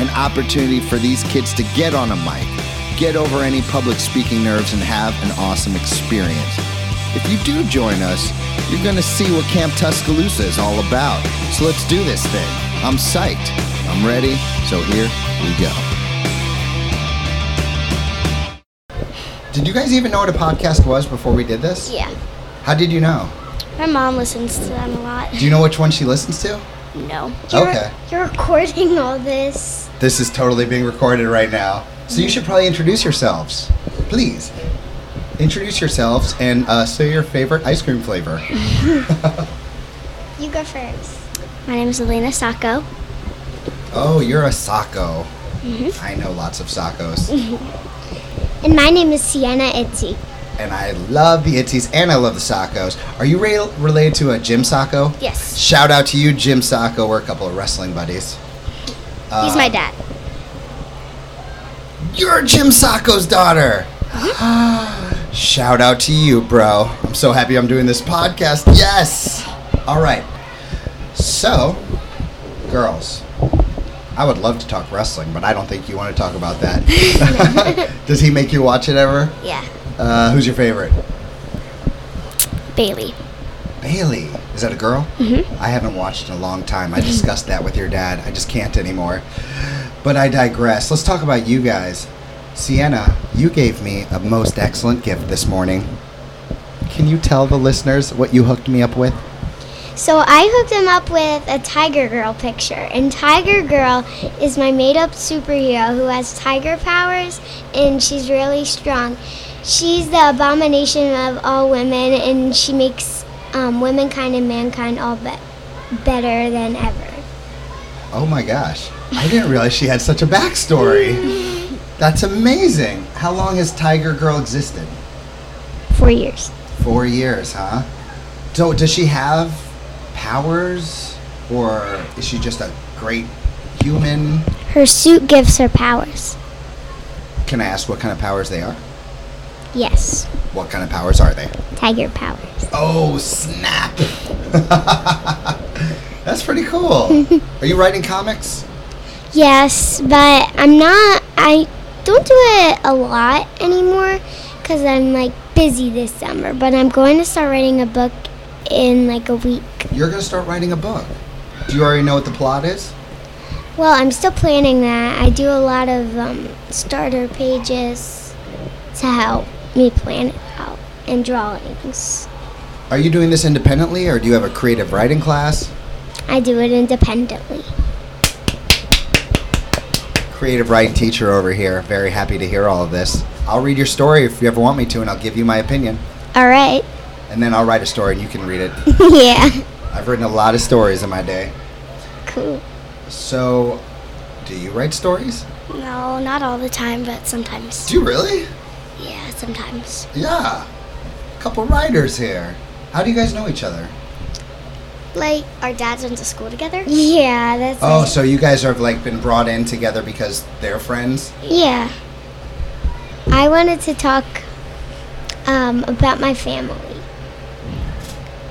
An opportunity for these kids to get on a mic, get over any public speaking nerves, and have an awesome experience. If you do join us, you're going to see what Camp Tuscaloosa is all about. So let's do this thing. I'm psyched. I'm ready. So here we go. Did you guys even know what a podcast was before we did this? Yeah. How did you know? My mom listens to them a lot. Do you know which one she listens to? No. You're- Okay. You're recording all this. This is totally being recorded right now. So you should probably introduce yourselves. Please. Introduce yourselves and uh, say your favorite ice cream flavor. You go first. My name is Elena Sacco. Oh, you're a Sacco. I know lots of Saccos. And my name is Sienna Itzy. and I love the Itzies and I love the Saccos. Are you re- related to a Jim Sacco? Yes. Shout out to you, Jim Sacco. We're a couple of wrestling buddies. He's my dad. You're Jim Sacco's daughter. Shout out to you, bro. I'm so happy I'm doing this podcast. Yes. All right. So, girls, I would love to talk wrestling, but I don't think you want to talk about that. Does he make you watch it ever? Yeah. Uh, who's your favorite? Bailey. Bailey. Is that a girl? Mm-hmm. I haven't watched in a long time. I discussed that with your dad. I just can't anymore. But I digress. Let's talk about you guys. Sienna, you gave me a most excellent gift this morning. Can you tell the listeners what you hooked me up with? So I hooked him up with a Tiger Girl picture. And Tiger Girl is my made up superhero who has tiger powers and she's really strong. She's the abomination of all women and she makes um, womankind and mankind all be- better than ever. Oh my gosh. I didn't realize she had such a backstory. That's amazing. How long has Tiger Girl existed? Four years. Four years, huh? So, does she have powers, or is she just a great human? Her suit gives her powers. Can I ask what kind of powers they are? Yes, What kind of powers are they? tiger powers. Oh, snap! That's pretty cool. Are you writing comics? Yes, but I'm not. I don't do it a lot anymore because I'm like busy this summer. But I'm going to start writing a book in like a week. You're gonna start writing a book. Do you already know what the plot is? Well, I'm still planning that. I do a lot of um, starter pages to help me plan it out and drawings. Are you doing this independently, or do you have a creative writing class? I do it independently. Creative writing teacher over here. Very happy to hear all of this. I'll read your story if you ever want me to, and I'll give you my opinion. All right. and then I'll write a story and you can read it. yeah. I've written a lot of stories in my day. Cool. So, do you write stories? No, not all the time, but sometimes. Do you really? Yeah, sometimes. Yeah. A couple writers here. How do you guys know each other? Like our dads went to school together. Yeah, that's. Oh, so you guys have like been brought in together because they're friends? yeah. I wanted to talk um, about my family.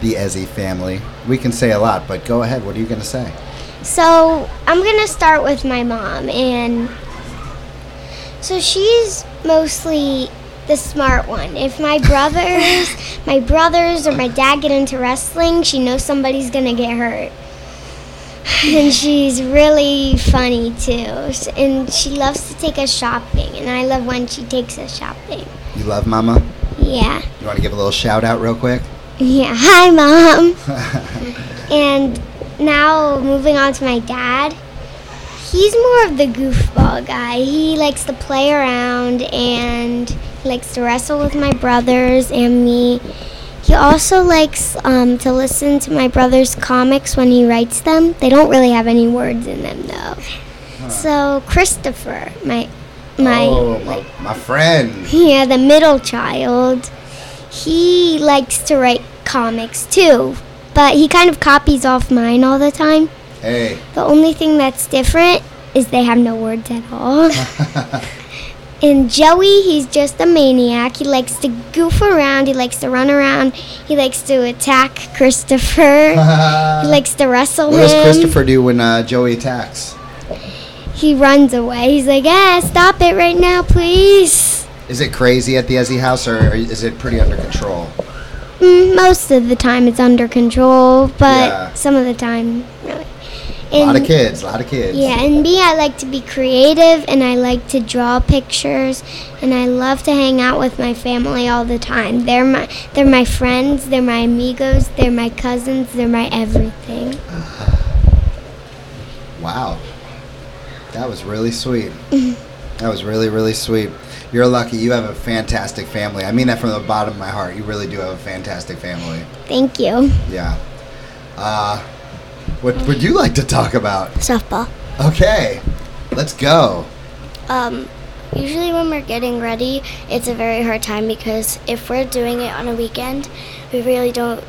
The Ezzy family. We can say a lot, but go ahead. What are you going to say? So I'm gonna start with my mom, and so she's mostly the smart one. If my brothers, my brothers, or my dad get into wrestling, she knows somebody's gonna get hurt. And she's really funny too, S- and she loves to take us shopping, and I love when she takes us shopping. You love Mama? Yeah, You want to give a little shout out real quick? yeah. Hi, mom. And now moving on to my dad. He's more of the goofball guy. He likes to play around and he likes to wrestle with my brothers and me. He also likes um, to listen to my brother's comics when he writes them. They don't really have any words in them though. So Christopher, my my oh, my, my friend. yeah, the middle child, he likes to write comics too, but he kind of copies off mine all the time. Hey, The only thing that's different is they have no words at all. and Joey, he's just a maniac. He likes to goof around, he likes to run around, he likes to attack Christopher, he likes to wrestle what does him. Christopher do when uh, Joey attacks? He runs away. He's like, ah, stop it right now, please. Is it crazy at the Ezzy house, or is it pretty under control? Mm, most of the time it's under control, but Yeah. some of the time, really. A lot And- of kids, a lot of kids. Yeah, and me, I like to be creative and I like to draw pictures and I love to hang out with my family all the time. They're my they're my friends, they're my amigos, they're my cousins, they're my everything. Wow. That was really sweet. that was really, really sweet. You're lucky. You have a fantastic family. I mean that from the bottom of my heart. You really do have a fantastic family. Thank you. Yeah. Uh, what would you like to talk about? Softball. Okay, let's go. Um, usually when we're getting ready, it's a very hard time because if we're doing it on a weekend, we really don't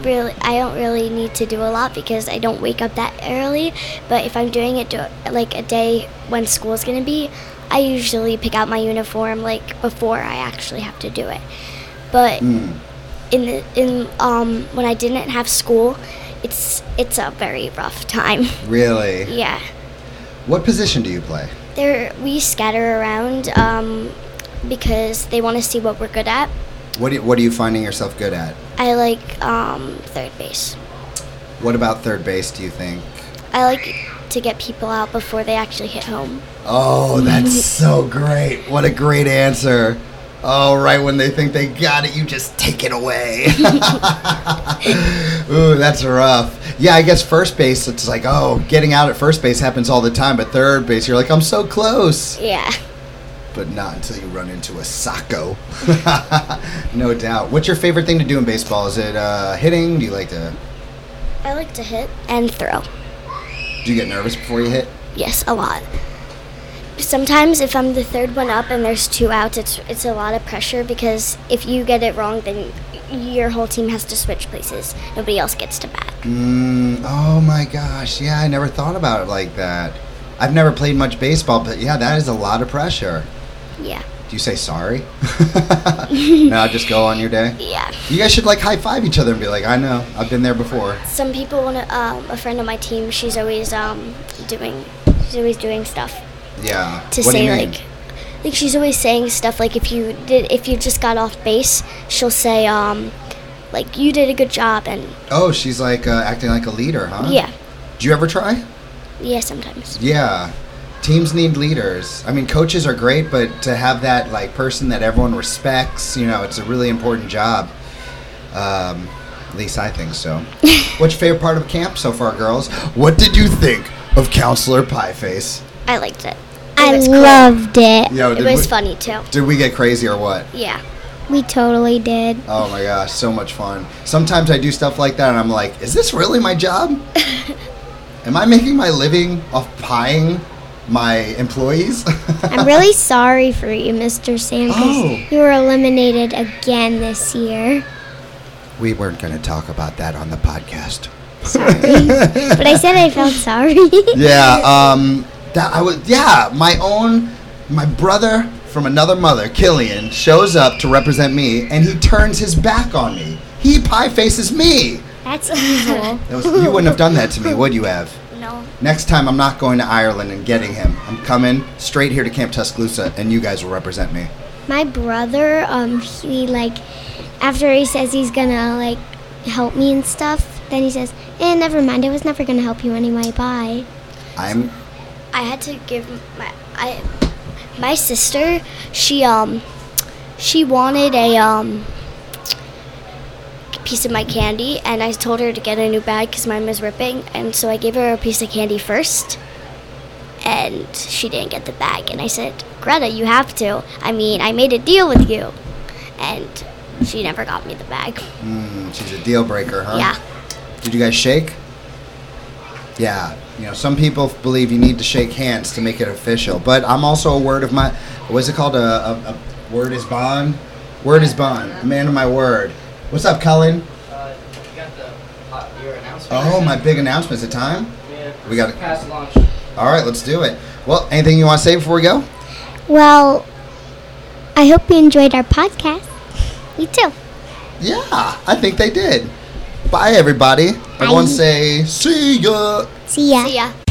really I don't really need to do a lot because I don't wake up that early. But if I'm doing it do, like a day when school's gonna be, I usually pick out my uniform like before I actually have to do it. But Mm. in the, in um when I didn't have school, it's it's a very rough time. Really? yeah. What position do you play? There, we scatter around um, because they want to see what we're good at. What do you, What are you finding yourself good at? I like um, third base. What about third base? Do you think? I like to get people out before they actually hit home. Oh, that's so great. What a great answer. Oh, right when they think they got it, you just take it away. Ooh, that's rough. Yeah, I guess first base, it's like, oh, getting out at first base happens all the time, but third base, you're like, I'm so close. Yeah. But not until you run into a sacco. no doubt. What's your favorite thing to do in baseball? Is it uh, hitting? Do you like to. I like to hit and throw. Do you get nervous before you hit? Yes, a lot. Sometimes if I'm the third one up and there's two outs, it's it's a lot of pressure because if you get it wrong, then your whole team has to switch places. Nobody else gets to bat. Mm, oh my gosh. Yeah, I never thought about it like that. I've never played much baseball, but yeah, that is a lot of pressure. Yeah. Do you say sorry? no, just go on your day. Yeah. You guys should like high five each other and be like, I know, I've been there before. some people want to. Um, a friend on my team, she's always um, doing, she's always doing stuff Yeah. to What do say you mean? like, like she's always saying stuff like if you did, if you just got off base, she'll say um, like you did a good job and Oh, she's like uh, acting like a leader, huh? yeah, Do you ever try? yeah sometimes. Yeah. Teams need leaders. I mean, coaches are great, but to have that like person that everyone respects, you know, it's a really important job. Um, at least I think so. What's your favorite part of camp so far, girls? What did you think of Counselor Pieface? I liked it. I It was cool. loved it. Yo, It did was we, funny too. Did we get crazy or what? Yeah. We totally did. Oh my gosh, so much fun. Sometimes I do stuff like that and I'm like, is this really my job? Am I making my living off pieing my employees? I'm really sorry for you, Mr. Sam, 'cause Oh. you were eliminated again this year. we weren't going to talk about that on the podcast. But I said I felt sorry. Yeah, um, that I was. Yeah, my own, my brother from another mother, Killian, shows up to represent me, and he turns his back on me. He pie faces me. That's evil. That was- you wouldn't have done that to me, would you have? No. Next time, I'm not going to Ireland and getting him. I'm coming straight here to Camp Tuscaloosa, and you guys will represent me. My brother, um, he like, after he says he's gonna like help me and stuff, then he says, "Eh, never mind. I was never gonna help you anyway. Bye." I'm. I had to give my I my sister she um she wanted a um piece of my candy and I told her to get a new bag because mine was ripping and so I gave her a piece of candy first and she didn't get the bag and I said Greta you have to I mean I made a deal with you and she never got me the bag Mm, she's a deal breaker, huh? yeah Did you guys shake? Yeah. You know, some people believe you need to shake hands to make it official, but I'm also a word of my. What's it called? A, a, a word is bond. Word is bond. A man of my word. What's up, Cullen? Uh, you got the hot your announcement. Oh, my big announcement. Is it time? Yeah. We got it. Past launch. All right, let's do it. Well, anything you want to say before we go? Well, I hope you enjoyed our podcast. Me too. Yeah, I think they did. Bye, everybody. Everyone say, see ya. See ya. See ya.